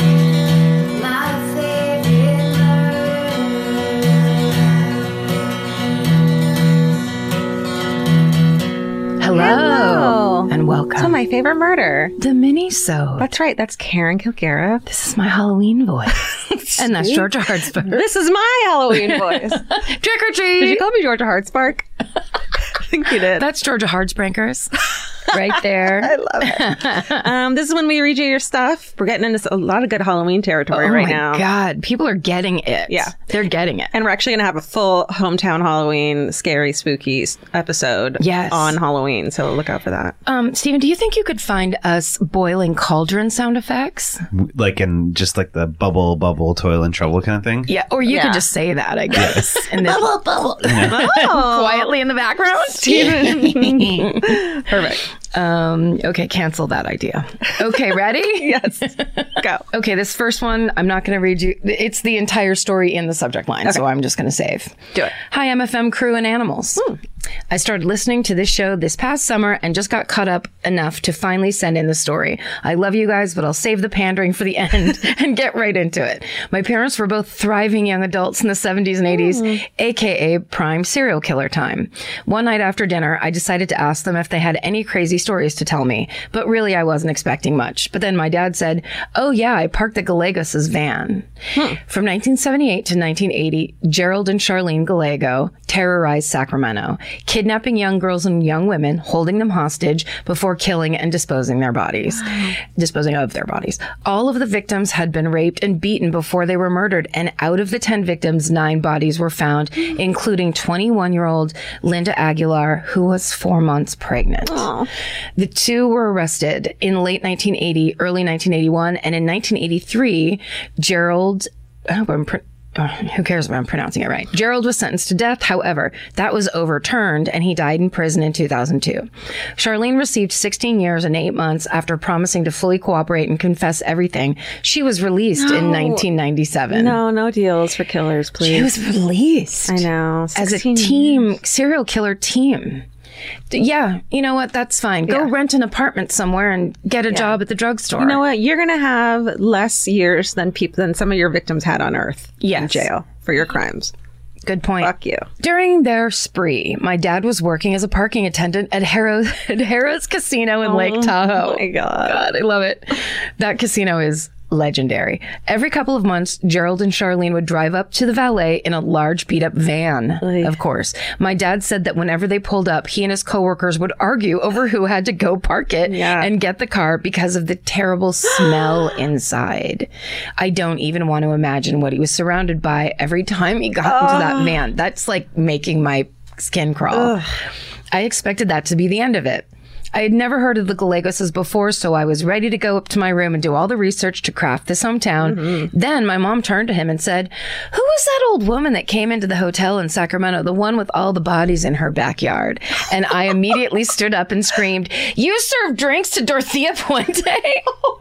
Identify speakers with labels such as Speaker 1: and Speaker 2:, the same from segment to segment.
Speaker 1: My favorite murder.
Speaker 2: Hello.
Speaker 3: Hello.
Speaker 2: And welcome
Speaker 3: Oh. So my favorite murder.
Speaker 2: the mini so
Speaker 3: That's right. That's Karen Kilgara.
Speaker 2: This is my Halloween voice. and that's Georgia Hardsburg.
Speaker 3: This is my Halloween voice.
Speaker 2: Trick or
Speaker 3: did you
Speaker 2: treat.
Speaker 3: call me Georgia Hardspark? I think you did.
Speaker 2: That's Georgia Hardsprankers. right there.
Speaker 3: I love it. um, this is when we read you your stuff. We're getting into a lot of good Halloween territory
Speaker 2: oh
Speaker 3: right
Speaker 2: my
Speaker 3: now.
Speaker 2: God. People are getting it.
Speaker 3: Yeah.
Speaker 2: They're getting it.
Speaker 3: And we're actually going to have a full hometown Halloween, scary, spooky s- episode
Speaker 2: Yes.
Speaker 3: on Halloween. So look out for that.
Speaker 2: Um, Steven, do you think you could find us boiling cauldron sound effects?
Speaker 4: like in just like the bubble, bubble, toil and trouble kind of thing.
Speaker 2: Yeah. Or you could just say that, I guess. and then quietly in the background. Steven.
Speaker 3: Perfect.
Speaker 2: um, okay. Cancel that idea. Okay. Ready?
Speaker 3: Yes. Go.
Speaker 2: Okay, this first one, I'm not going to read you. It's the entire story in the subject line, so I'm just going to save.
Speaker 3: Do it. Hmm.
Speaker 2: Hi, MFM crew and animals. I started listening to this show this past summer and just got caught up enough to finally send in the story. I love you guys, but I'll save the pandering for the end and get right into it. My parents were both thriving young adults in the 70s and 80s, aka prime serial killer time. One night after dinner, I decided to ask them if they had any crazy stories to tell me, but really I wasn't expecting much. But then my dad said, Oh, yeah, I parked at Gallegos' van. From 1978 to 1980, Gerald and Charlene Gallego terrorized Sacramento, kidnapping young girls and young women, holding them hostage before killing and disposing their bodies, disposing of their bodies. All of the victims had been raped and beaten before they were murdered, and out of the 10 victims, nine bodies were found, including 21 year old Linda Aguilar, who was four months pregnant. The two were arrested in late 1980, early 1981, and in 1983, Gerald. I hope I'm. Pr- uh, who cares if I'm pronouncing it right? Gerald was sentenced to death. However, that was overturned and he died in prison in 2002. Charlene received 16 years and eight months after promising to fully cooperate and confess everything. She was released in 1997.
Speaker 3: No, no deals for killers,
Speaker 2: She
Speaker 3: please.
Speaker 2: was released
Speaker 3: I know.
Speaker 2: as a
Speaker 3: 16
Speaker 2: team, serial killer team. D- Yeah, you know what? That's fine. Go rent an apartment somewhere and get a job at the drugstore.
Speaker 3: You know what? You're gonna have less years than people than some of your victims had on Earth in
Speaker 2: Yes.
Speaker 3: jail for your crimes.
Speaker 2: Good point.
Speaker 3: Fuck you.
Speaker 2: During their spree, my dad was working as a parking attendant at Harrow's, at Harrow's Casino in Lake Tahoe.
Speaker 3: Oh my God.
Speaker 2: God, I love it. That casino is legendary. Every couple of months, Gerald and Charlene would drive up to the valet in a large beat up van, of course. My dad said that whenever they pulled up, he and his coworkers would argue over who had to go park it and get the car because of the terrible smell inside. I don't even want to imagine what he was surrounded by every time he got into that van. That's like making my skin crawl. I expected that to be the end of it. I had never heard of the Gallegoses before, so I was ready to go up to my room and do all the research to craft this hometown. Then my mom turned to him and said, Who was that old woman that came into the hotel in Sacramento, the one with all the bodies in her backyard? And I immediately stood up and screamed, You served drinks to Dorothea Puente?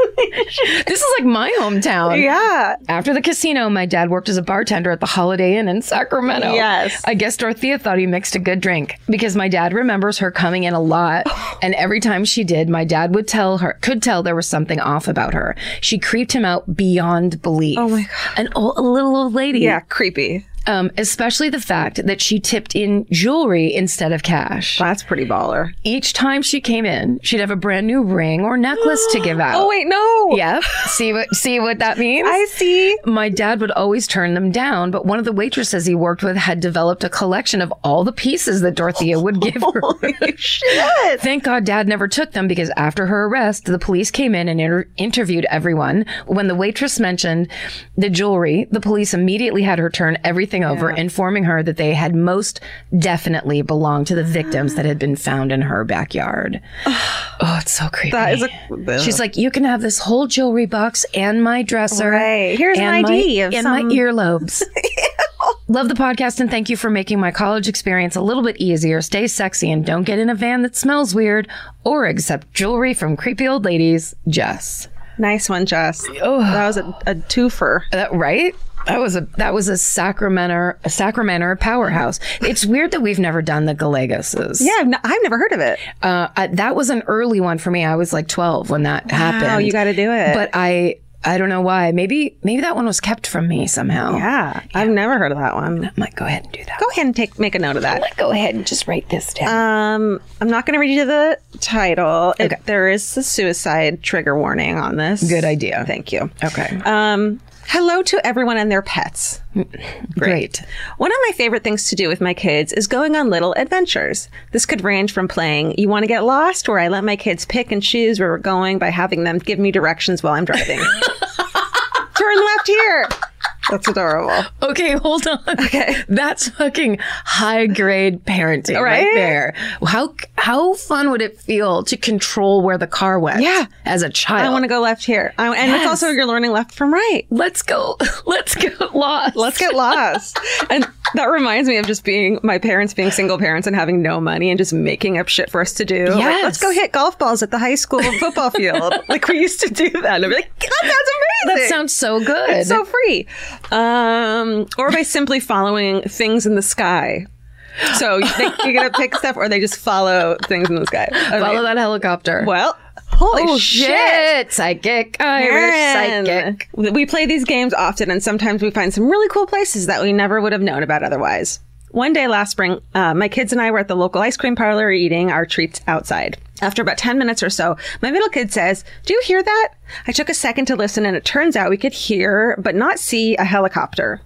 Speaker 2: this is like my hometown.
Speaker 3: Yeah.
Speaker 2: After the casino, my dad worked as a bartender at the Holiday Inn in Sacramento.
Speaker 3: Yes.
Speaker 2: I guess Dorothea thought he mixed a good drink because my dad remembers her coming in a lot. And every time she did, my dad would tell her, could tell there was something off about her. She creeped him out beyond belief. Oh my God. An old, a little old lady.
Speaker 3: Yeah. Creepy.
Speaker 2: Um, especially the fact that she tipped in jewelry instead of cash.
Speaker 3: That's pretty baller.
Speaker 2: Each time she came in, she'd have a brand new ring or necklace to give out.
Speaker 3: Oh wait, no.
Speaker 2: Yep. See what see what that means?
Speaker 3: I see.
Speaker 2: my dad would always turn them down, but one of the waitresses he worked with had developed a collection of all the pieces that Dorothea would give her.
Speaker 3: Shit.
Speaker 2: Thank God dad never took them because after her arrest, the police came in and inter- interviewed everyone. When the waitress mentioned the jewelry, the police immediately had her turn everything over, informing her that they had most definitely belonged to the victims that had been found in her backyard. oh, it's so creepy.
Speaker 3: That is a.
Speaker 2: She's like, you can have this whole jewelry box and my dresser.
Speaker 3: Right. Here's an
Speaker 2: and
Speaker 3: ID
Speaker 2: My,
Speaker 3: of
Speaker 2: and
Speaker 3: some-
Speaker 2: my earlobes. Love the podcast and thank you for making my college experience a little bit easier. Stay sexy and don't get in a van that smells weird or accept jewelry from creepy old ladies. Jess.
Speaker 3: nice one, Jess. Oh, that was a, a twofer.
Speaker 2: That right? That was a that was a Sacramento a Sacramento powerhouse. It's weird that we've never done the Gallegoses.
Speaker 3: Yeah, I've, n- I've never heard of it.
Speaker 2: uh, I, that was an early one for me. I was like 12 when that happened.
Speaker 3: Oh, you gotta do it.
Speaker 2: But I, I don't know why. Maybe, maybe that one was kept from me somehow.
Speaker 3: Yeah, I've never heard of that one.
Speaker 2: I might go ahead and do that.
Speaker 3: Go ahead and take make a note of that.
Speaker 2: Go ahead and just write this down.
Speaker 3: Um, I'm not going to read you the title. It- there is a suicide trigger warning on this.
Speaker 2: Good idea.
Speaker 3: Thank you.
Speaker 2: okay.
Speaker 3: Um, hello to everyone and their pets.
Speaker 2: Great.
Speaker 3: One of my favorite things to do with my kids is going on little adventures. This could range from playing You Want to Get Lost, where I let my kids pick and choose where we're going by having them give me directions while I'm driving. Turn left here. That's adorable.
Speaker 2: Okay, hold on. Okay. That's fucking high grade parenting right?
Speaker 3: Right?
Speaker 2: there. How, how fun would it feel to control where the car went?
Speaker 3: Yeah.
Speaker 2: As a child.
Speaker 3: I want to go left here. I, and it's also you're learning left from right.
Speaker 2: Let's go. Let's get lost.
Speaker 3: Let's get lost. and that reminds me of just being my parents being single parents and having no money and just making up shit for us to do. Like,
Speaker 2: Yes.
Speaker 3: let's go hit golf balls at the high school football field. like we used to do that. And I'd be like, God, that's amazing.
Speaker 2: That sounds so good.
Speaker 3: It's so free. Um, or by simply following things in the sky. So they, you're gonna pick stuff, or they just follow things in the sky. Okay.
Speaker 2: Follow that helicopter.
Speaker 3: Well, holy
Speaker 2: Oh
Speaker 3: shit.
Speaker 2: shit! Psychic Irish
Speaker 3: Aaron.
Speaker 2: psychic.
Speaker 3: We play these games often, and sometimes we find some really cool places that we never would have known about otherwise. One day last spring, uh, my kids and I were at the local ice cream parlor eating our treats outside. After about 10 minutes or so, my middle kid says, Do you hear that? I took a second to listen, and it turns out we could hear, but not see, a helicopter.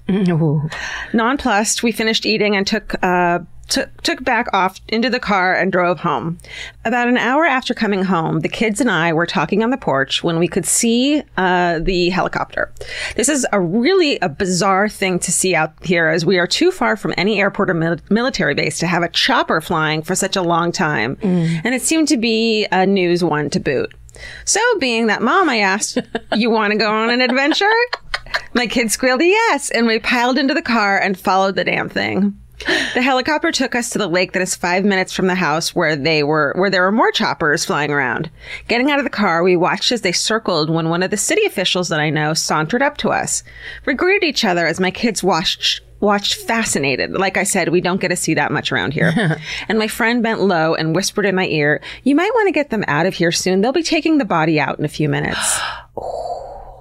Speaker 3: Nonplussed, we finished eating and took uh, took took back off into the car and drove home. About an hour after coming home, the kids and I were talking on the porch when we could see uh, the helicopter. This is a really a bizarre thing to see out here, as we are too far from any airport or mil- military base to have a chopper flying for such a long time, and it seemed to be a news one to boot. So, being that mom, I asked, You want to go on an adventure? My kid squealed a yes, and we piled into the car and followed the damn thing. The helicopter took us to the lake that is five minutes from the house where they were where there were more choppers flying around. Getting out of the car, we watched as they circled when one of the city officials that I know sauntered up to us. We greeted each other as my kids watched watched fascinated. Like I said, we don't get to see that much around here. and my friend bent low and whispered in my ear, You might want to get them out of here soon. They'll be taking the body out in a few minutes.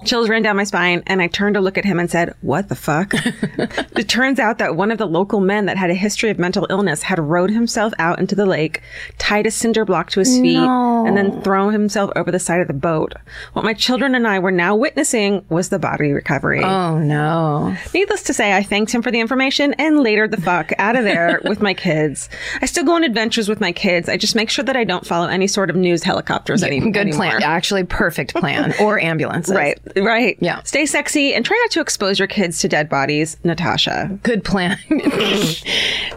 Speaker 3: Chills ran down my spine, and I turned to look at him and said, What the fuck? it turns out that one of the local men that had a history of mental illness had rowed himself out into the lake, tied a cinder block to his feet, and then thrown himself over the side of the boat. What my children and I were now witnessing was the body recovery.
Speaker 2: Oh no!
Speaker 3: Needless to say, I thanked him for the information and later the fuck out of there with my kids. I still go on adventures with my kids. I just make sure that I don't follow any sort of news helicopters any- anymore.
Speaker 2: Good plan. Actually, perfect plan. or ambulances.
Speaker 3: Right, right.
Speaker 2: Yeah.
Speaker 3: Stay sexy and try not to expose your kids to dead bodies, Natasha.
Speaker 2: Good plan.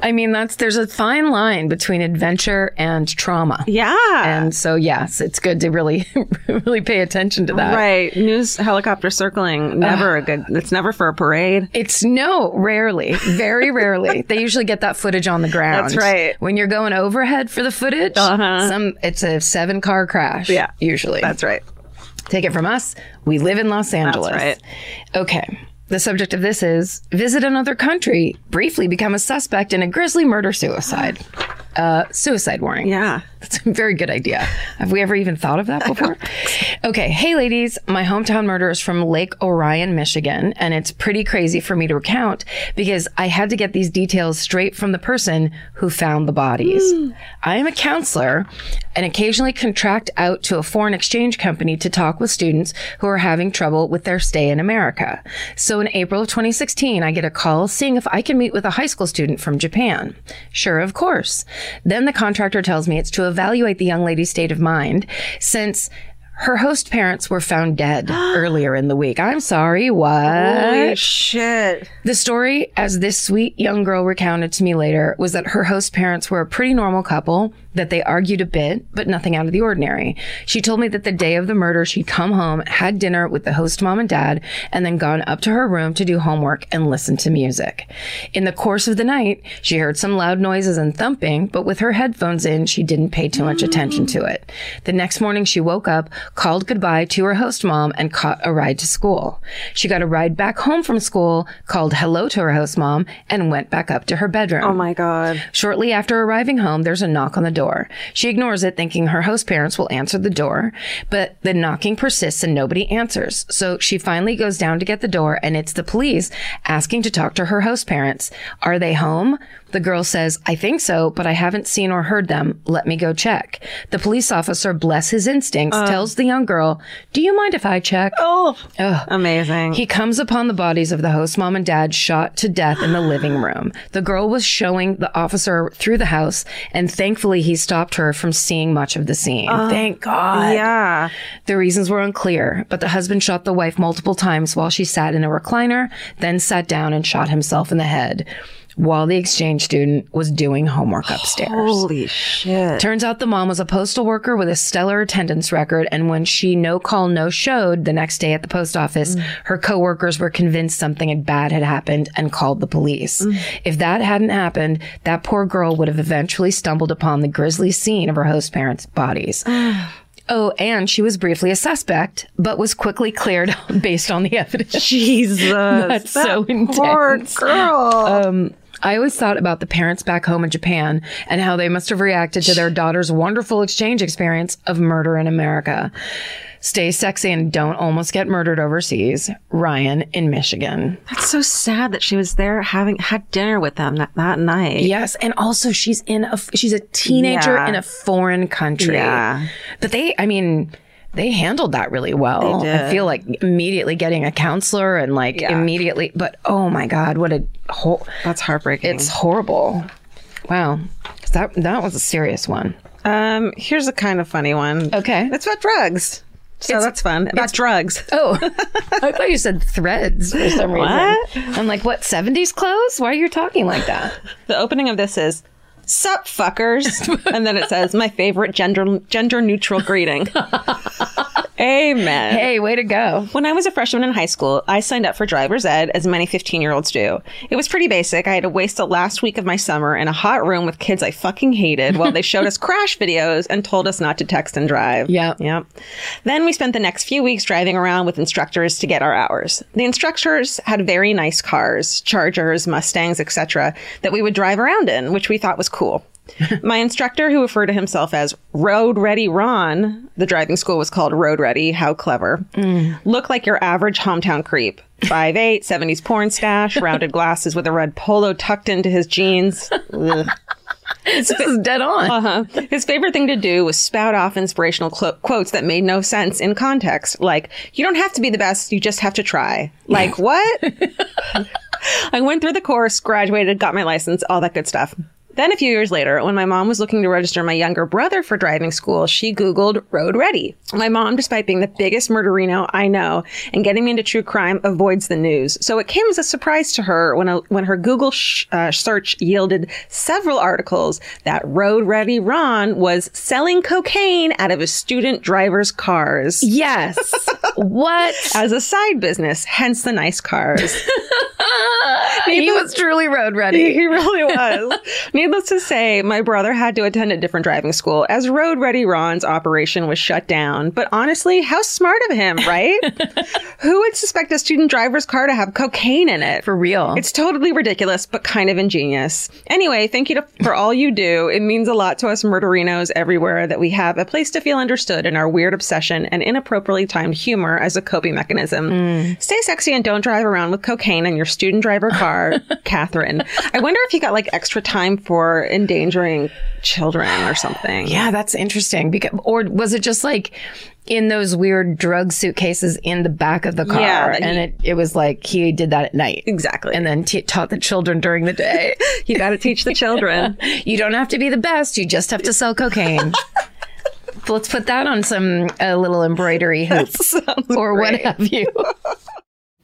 Speaker 2: I mean, that's there's a fine line between adventure and trauma.
Speaker 3: Yeah.
Speaker 2: And so, yes, it's good to really, really pay attention to that.
Speaker 3: right. News helicopter circling. Never a good. It's never for a parade.
Speaker 2: It's no, rarely, very rarely. they usually get that footage on the ground.
Speaker 3: That's right.
Speaker 2: When you're going overhead for the footage,
Speaker 3: Uh-huh.
Speaker 2: some it's a seven car crash.
Speaker 3: Yeah.
Speaker 2: usually.
Speaker 3: That's right.
Speaker 2: Take it from us. We live in Los Angeles.
Speaker 3: right.
Speaker 2: Okay. The subject of this is visit another country, briefly become a suspect in a grisly murder suicide. Uh, suicide warning.
Speaker 3: Yeah.
Speaker 2: That's a very good idea. Have we ever even thought of that before? Okay. Hey, ladies. My hometown murder is from Lake Orion, Michigan. And it's pretty crazy for me to recount because I had to get these details straight from the person who found the bodies.
Speaker 3: Hmm.
Speaker 2: I am a counselor and occasionally contract out to a foreign exchange company to talk with students who are having trouble with their stay in America. So in April of 2016, I get a call seeing if I can meet with a high school student from Japan. Sure, of course. Then the contractor tells me it's to evaluate the young lady's state of mind since her host parents were found dead earlier in the week. I'm sorry, what?
Speaker 3: Holy shit.
Speaker 2: The story, as this sweet young girl recounted to me later, was that her host parents were a pretty normal couple, that they argued a bit, but nothing out of the ordinary. She told me that the day of the murder, she'd come home, had dinner with the host mom and dad, and then gone up to her room to do homework and listen to music. In the course of the night, she heard some loud noises and thumping, but with her headphones in, she didn't pay too much attention to it. The next morning, she woke up, called goodbye to her host mom, and caught a ride to school. She got a ride back home from school, called hello to her host mom, and went back up to her bedroom.
Speaker 3: Oh my God.
Speaker 2: Shortly after arriving home, there's a knock on the door. She ignores it, thinking her host parents will answer the door, but the knocking persists and nobody answers. So she finally goes down to get the door, and it's the police asking to talk to her host parents. Are they home? The girl says, I think so, but I haven't seen or heard them. Let me go check. The police officer, bless his instincts, tells the young girl, Do you mind if I check?
Speaker 3: Oh. Amazing.
Speaker 2: He comes upon the bodies of the host mom and dad shot to death in the living room. The girl was showing the officer through the house, and thankfully he stopped her from seeing much of the scene. Oh, Thank God.
Speaker 3: yeah.
Speaker 2: The reasons were unclear, but the husband shot the wife multiple times while she sat in a recliner, then sat down and shot himself in the head while the exchange student was doing homework upstairs.
Speaker 3: Holy shit.
Speaker 2: Turns out the mom was a postal worker with a stellar attendance record, and when she no call no showed the next day at the post office, her coworkers were convinced something had bad had happened and called the police. If that hadn't happened, that poor girl would have eventually stumbled upon the grisly scene of her host parents' bodies. Oh, and she was briefly a suspect, but was quickly cleared based on the evidence.
Speaker 3: Jesus. That's
Speaker 2: so
Speaker 3: Poor
Speaker 2: intense.
Speaker 3: girl.
Speaker 2: I always thought about the parents back home in Japan and how they must have reacted to their daughter's wonderful exchange experience of murder in America. Stay sexy and don't almost get murdered overseas. Ryan in Michigan.
Speaker 3: That's so sad that she was there having had dinner with them that, that night.
Speaker 2: Yes, and also she's in a she's a teenager
Speaker 3: Yeah.
Speaker 2: in a foreign country.
Speaker 3: Yeah.
Speaker 2: But they, I mean, they handled that really well.
Speaker 3: They
Speaker 2: I
Speaker 3: did.
Speaker 2: feel like immediately getting a counselor and like
Speaker 3: Yeah.
Speaker 2: immediately, but oh my god, what a whole
Speaker 3: That's heartbreaking.
Speaker 2: It's horrible. Wow. 'Cause That that was a serious one.
Speaker 3: um, here's a kind of funny one.
Speaker 2: Okay.
Speaker 3: It's about drugs. So that's fun. About drugs.
Speaker 2: Oh, I thought you said threads for some reason. I'm like, what, 70s clothes? Why are you talking like that?
Speaker 3: The opening of this is Sup fuckers, and then it says my favorite gender gender neutral greeting. Amen.
Speaker 2: Hey, way to go.
Speaker 3: When I was a freshman in high school, I signed up for driver's ed, as many 15 year olds do. It was pretty basic. I had to waste the last week of my summer in a hot room with kids I fucking hated while they showed us crash videos and told us not to text and drive.
Speaker 2: Yep.
Speaker 3: Yep. Then we spent the next few weeks driving around with instructors to get our hours. The instructors had very nice cars, Chargers, Mustangs, etc., that we would drive around in, which we thought was cool. My instructor, who referred to himself as Road Ready Ron, the driving school was called Road Ready, how clever, looked like your average hometown creep. 5'8, 70s porn stash, rounded glasses with a red polo tucked into his jeans. Ugh.
Speaker 2: This is dead on.
Speaker 3: Uh-huh. His favorite thing to do was spout off inspirational clo- quotes that made no sense in context, like "You don't have to be the best; you just have to try." Like what? I went through the course, graduated, got my license, all that good stuff. Then a few years later, when my mom was looking to register my younger brother for driving school, she Googled road ready. My mom, despite being the biggest murderino I know and getting me into true crime, avoids the news. So it came as a surprise to her when, a, when her Google sh- uh, search yielded several articles that road ready Ron was selling cocaine out of his student driver's cars
Speaker 2: Yes. what?
Speaker 3: as a side business, hence the nice cars.
Speaker 2: he was truly road ready.
Speaker 5: He really was. Needless to say, my brother had to attend a different driving school as Road Ready Ron's operation was shut down. But honestly, how smart of him, right? Who would suspect a student driver's car to have cocaine in it?
Speaker 2: For real.
Speaker 5: It's totally ridiculous, but kind of ingenious. Anyway, thank you to, for all you do. It means a lot to us murderinos everywhere that we have a place to feel understood in our weird obsession and inappropriately timed humor as a coping mechanism.
Speaker 2: Mm.
Speaker 5: Stay sexy and don't drive around with cocaine in your student driver car, Catherine. I wonder if he got like extra time for endangering children or something.
Speaker 2: yeah, that's interesting. Because, or was it just like in those weird drug suitcases in the back of the car?
Speaker 5: Yeah, that he-
Speaker 2: and it, it was like he did that at night.
Speaker 5: Exactly.
Speaker 2: And then t- taught the children during the day.
Speaker 5: you got to teach the children.
Speaker 2: you don't have to be the best, you just have to sell cocaine. Let's put that on some uh, little embroidery hoops or what have you.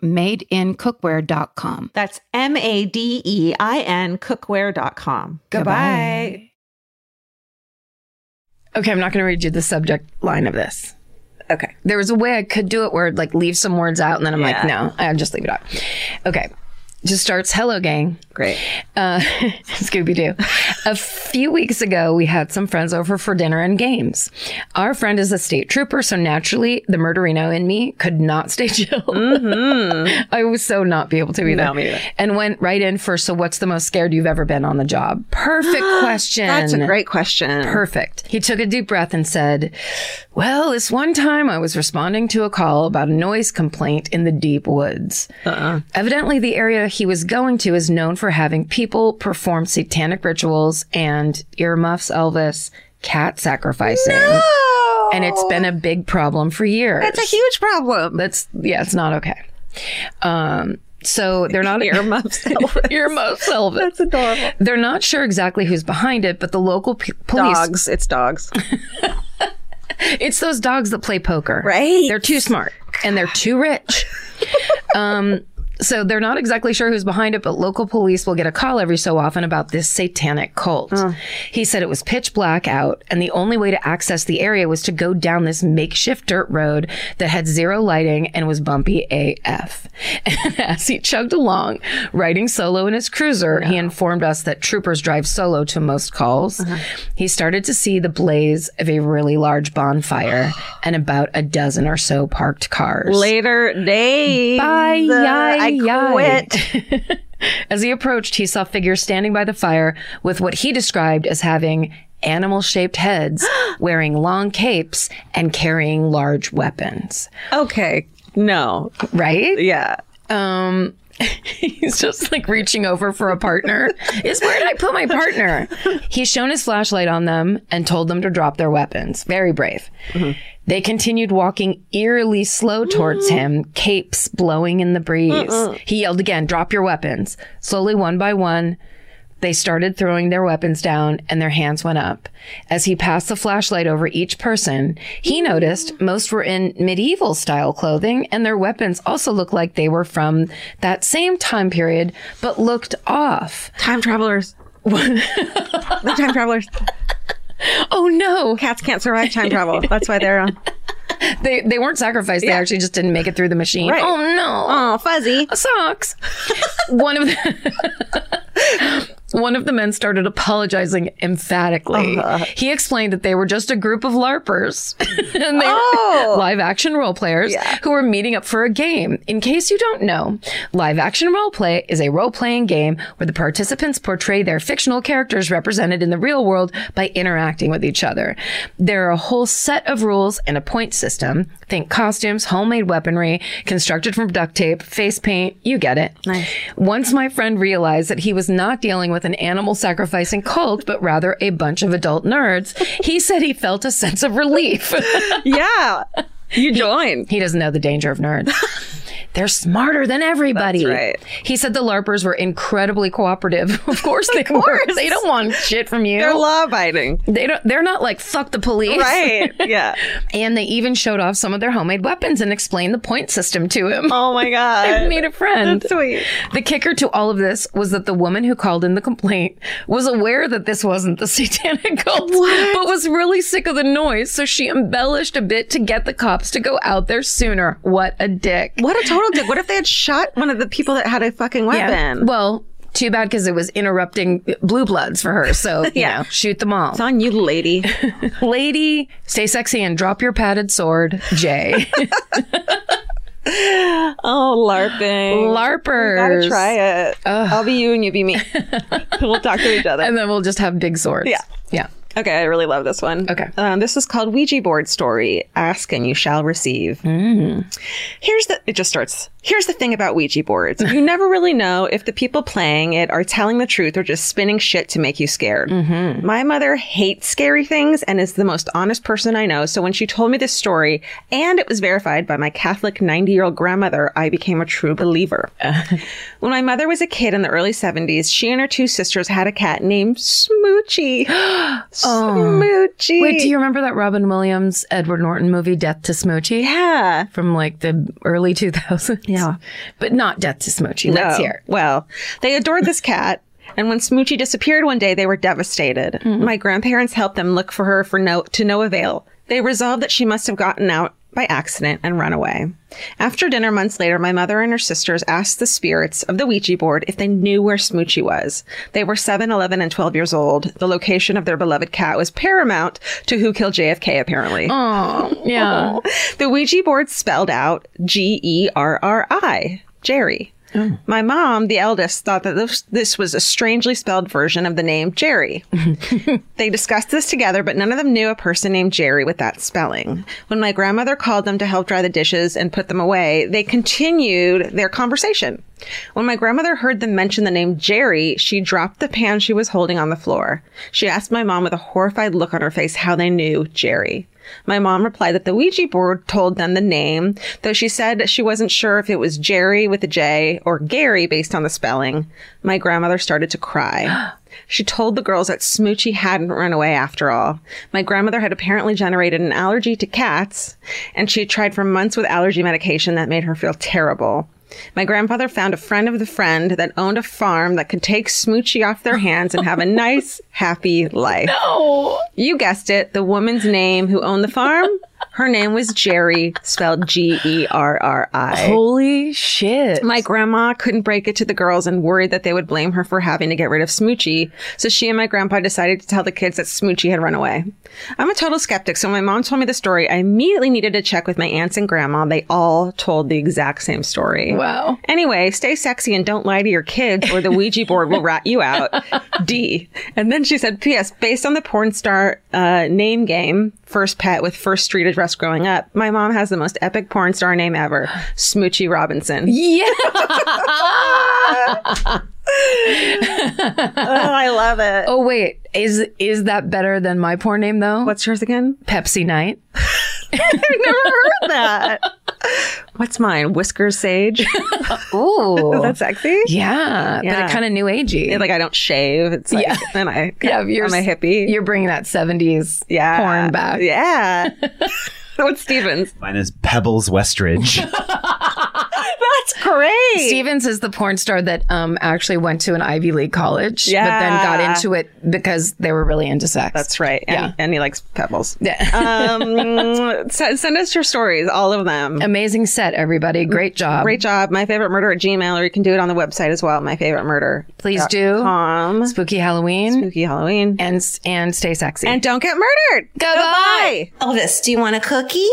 Speaker 6: madeincookware.com.
Speaker 3: That's M A D E I N cookware.com.
Speaker 6: Goodbye.
Speaker 3: Goodbye.
Speaker 2: Okay, I'm not going to read you the subject line of this.
Speaker 7: Okay.
Speaker 2: There was a way I could do it where I'd like leave some words out, and then I'm like, no, I'll just leave it out. Okay. Just starts, hello, gang.
Speaker 7: Great.
Speaker 2: Uh, Scooby Doo. A few weeks ago, we had some friends over for dinner and games. Our friend is a state trooper, so naturally, the murderino in me could not stay chill.
Speaker 7: Mm-hmm.
Speaker 2: I was so not be able to either. And went right in for, so what's the most scared you've ever been on the job? Perfect question.
Speaker 7: That's a great question.
Speaker 2: Perfect. He took a deep breath and said, Well, this one time I was responding to a call about a noise complaint in the deep woods.
Speaker 7: Uh-uh.
Speaker 2: Evidently, the area he was going to is known for having people perform satanic rituals and earmuffs, Elvis, cat sacrificing. And it's been a big problem for years.
Speaker 7: That's a huge problem.
Speaker 2: That's, yeah, it's not okay. Um, so they're not
Speaker 7: Earmuffs. Elvis.
Speaker 2: earmuffs, Elvis.
Speaker 7: That's adorable.
Speaker 2: They're not sure exactly who's behind it, but the local p- police.
Speaker 7: Dogs. It's dogs.
Speaker 2: It's those dogs that play poker.
Speaker 7: Right.
Speaker 2: They're too smart and they're too rich. um, so they're not exactly sure who's behind it, but local police will get a call every so often about this satanic cult. He said it was pitch black out, and the only way to access the area was to go down this makeshift dirt road that had zero lighting and was bumpy AF. And as he chugged along, riding solo in his cruiser, he informed us that troopers drive solo to most calls. He started to see the blaze of a really large bonfire and about a dozen or so parked cars.
Speaker 7: Later days.
Speaker 2: Bye, yay,
Speaker 7: Uh, I
Speaker 2: yay.
Speaker 7: quit.
Speaker 2: As he approached, he saw figures standing by the fire with what he described as having animal shaped heads, wearing long capes, and carrying large weapons.
Speaker 7: Okay. No.
Speaker 2: Right?
Speaker 7: Yeah.
Speaker 2: Um, he's just like reaching over for a partner. Is where did I put my partner? He's shown his flashlight on them and told them to drop their weapons. Very brave. They continued walking eerily slow towards him, capes blowing in the breeze. He yelled again, drop your weapons. Slowly, one by one, they started throwing their weapons down and their hands went up. As he passed the flashlight over each person, he noticed most were in medieval style clothing and their weapons also looked like they were from that same time period, but looked off.
Speaker 7: Time travelers. They're time travelers.
Speaker 2: Oh no.
Speaker 7: Cats can't survive time travel. That's why they're on.
Speaker 2: They, they weren't sacrificed. They actually just didn't make it through the machine.
Speaker 7: Right.
Speaker 2: Oh no.
Speaker 7: Oh, fuzzy.
Speaker 2: socks. one of the one of the men started apologizing emphatically.
Speaker 7: Uh-huh.
Speaker 2: He explained that they were just a group of larpers and they
Speaker 7: Oh.
Speaker 2: live action role players who were meeting up for a game. In case you don't know, live action role play is a role playing game where the participants portray their fictional characters represented in the real world by interacting with each other. There are a whole set of rules and a point system. Think costumes, homemade weaponry, constructed from duct tape, face paint. You get it. Nice. Once my friend realized that he was not dealing with an animal sacrificing cult, but rather a bunch of adult nerds, he said he felt a sense of relief.
Speaker 7: Yeah. You join.
Speaker 2: He doesn't know the danger of nerds. They're smarter than everybody.
Speaker 7: That's right.
Speaker 2: He said the LARPers were incredibly cooperative. Of course they were. They don't want shit from you.
Speaker 7: They're law abiding.
Speaker 2: they don't they're not like fuck the police.
Speaker 7: Right. Yeah.
Speaker 2: And they even showed off some of their homemade weapons and explained the point system to him.
Speaker 7: Oh my
Speaker 2: I
Speaker 7: God.
Speaker 2: made a friend.
Speaker 7: Sweet.
Speaker 2: The kicker to all of this was that the woman who called in the complaint was aware that this wasn't the satanic cult, but was really sick of the noise, so she embellished a bit to get the cops to go out there sooner. What a dick.
Speaker 7: What a total dick. What if they had shot one of the people that had a fucking
Speaker 2: Yeah.
Speaker 7: weapon?
Speaker 2: Well, too bad because it was interrupting blue bloods for her. So, you know, shoot them all.
Speaker 7: It's on you, lady.
Speaker 2: Lady, stay sexy and drop your padded sword, Jay.
Speaker 7: Oh, LARPing.
Speaker 2: LARPers.
Speaker 7: Gotta try it. I'll be you and you be me. we'll talk to each other.
Speaker 2: And then we'll just have big swords.
Speaker 7: Yeah.
Speaker 2: Yeah.
Speaker 7: Okay, I really love this one.
Speaker 2: Okay.
Speaker 7: Um, this is called Ouija Board Story Ask and You Shall Receive. Here's the, it just starts. Here's the thing about Ouija boards you never really know if the people playing it are telling the truth or just spinning shit to make you scared. My mother hates scary things and is the most honest person I know. So when she told me this story and it was verified by my Catholic 90 year old grandmother, I became a true believer. when my mother was a kid in the early 70s, she and her two sisters had a cat named Smoochie. Smoochie.
Speaker 2: Oh. Wait, do you remember that Robin Williams, Edward Norton movie, Death to Smoochie?
Speaker 7: yeah.
Speaker 2: From like the early 2000s. Yeah. But not Death to Smoochie. Let's
Speaker 7: No.
Speaker 2: hear.
Speaker 7: Well, they adored this cat.
Speaker 3: And when Smoochie disappeared one day, they were devastated.
Speaker 2: Mm-hmm.
Speaker 3: My grandparents helped them look for her for no to no avail. They resolved that she must have gotten out by accident and run away. After dinner months later, my mother and her sisters asked the spirits of the Ouija board if they knew where Smoochie was. They were 7, 11, and 12 years old. The location of their beloved cat was paramount to who killed JFK,
Speaker 2: Oh,
Speaker 3: apparently.
Speaker 2: Yeah.
Speaker 3: The Ouija board spelled out G E R R I, Jerry. My mom, the eldest, thought that this, this was a strangely spelled version of the name Jerry. they discussed this together, but none of them knew a person named Jerry with that spelling. When my grandmother called them to help dry the dishes and put them away, they continued their conversation. When my grandmother heard them mention the name Jerry, she dropped the pan she was holding on the floor. She asked my mom with a horrified look on her face how they knew Jerry. My mom replied that the Ouija board told them the name, though she said she wasn't sure if it was Jerry with a J or Gary based on the spelling. My grandmother started to cry. She told the girls that Smoochie hadn't run away after all. My grandmother had apparently generated an allergy to cats, and she had tried for months with allergy medication that made her feel terrible. My grandfather found a friend of the friend that owned a farm that could take Smoochie off their hands and have a nice, happy life. You guessed it. The woman's name who owned the farm, her name was Jerry, spelled G E R R I.
Speaker 2: Holy shit.
Speaker 3: My grandma couldn't break it to the girls and worried that they would blame her for having to get rid of Smoochie. So she and my grandpa decided to tell the kids that Smoochie had run away. I'm a total skeptic, so when my mom told me the story, I immediately needed to check with my aunts and grandma. They all told the exact same story.
Speaker 2: Wow.
Speaker 3: Anyway, stay sexy and don't lie to your kids or the Ouija board will rat you out. D. And then she said, P.S. Based on the porn star uh, name game, first pet with first street address growing up, my mom has the most epic porn star name ever, Smoochie Robinson.
Speaker 2: Yeah.
Speaker 3: Oh, I love it.
Speaker 2: Oh wait, is is that better than my poor name though?
Speaker 3: What's yours again?
Speaker 2: Pepsi Night?
Speaker 3: I've never heard that. What's mine? Whisker Sage.
Speaker 2: Ooh.
Speaker 3: That's sexy.
Speaker 2: yeah, but
Speaker 3: Yeah.
Speaker 2: it kind of new agey.
Speaker 3: Like I don't shave. It's like,
Speaker 2: Yeah.
Speaker 3: and I,
Speaker 2: yeah,
Speaker 3: you're, I'm a hippie.
Speaker 2: You're bringing that 70s
Speaker 3: yeah.
Speaker 2: porn back.
Speaker 3: Yeah. What's Stevens?
Speaker 4: Mine is Pebbles Westridge.
Speaker 3: That's great.
Speaker 2: Stevens is the porn star that um, actually went to an Ivy League college, but then got
Speaker 3: Yeah.
Speaker 2: into it because they were really into sex.
Speaker 3: That's right. And,
Speaker 2: Yeah.
Speaker 3: and he likes pebbles. um, send, send us your stories, all of them.
Speaker 2: Amazing set, everybody. Great job.
Speaker 3: Great job. My favorite murder at Gmail, or you can do it on the website as well. My favorite murder.
Speaker 2: Please do.
Speaker 3: Um,
Speaker 2: Spooky Halloween
Speaker 3: spooky Halloween. And,
Speaker 2: and and stay sexy.
Speaker 3: don't get murdered.
Speaker 2: Goodbye.
Speaker 3: Goodbye.
Speaker 8: Elvis, do you want a cookie?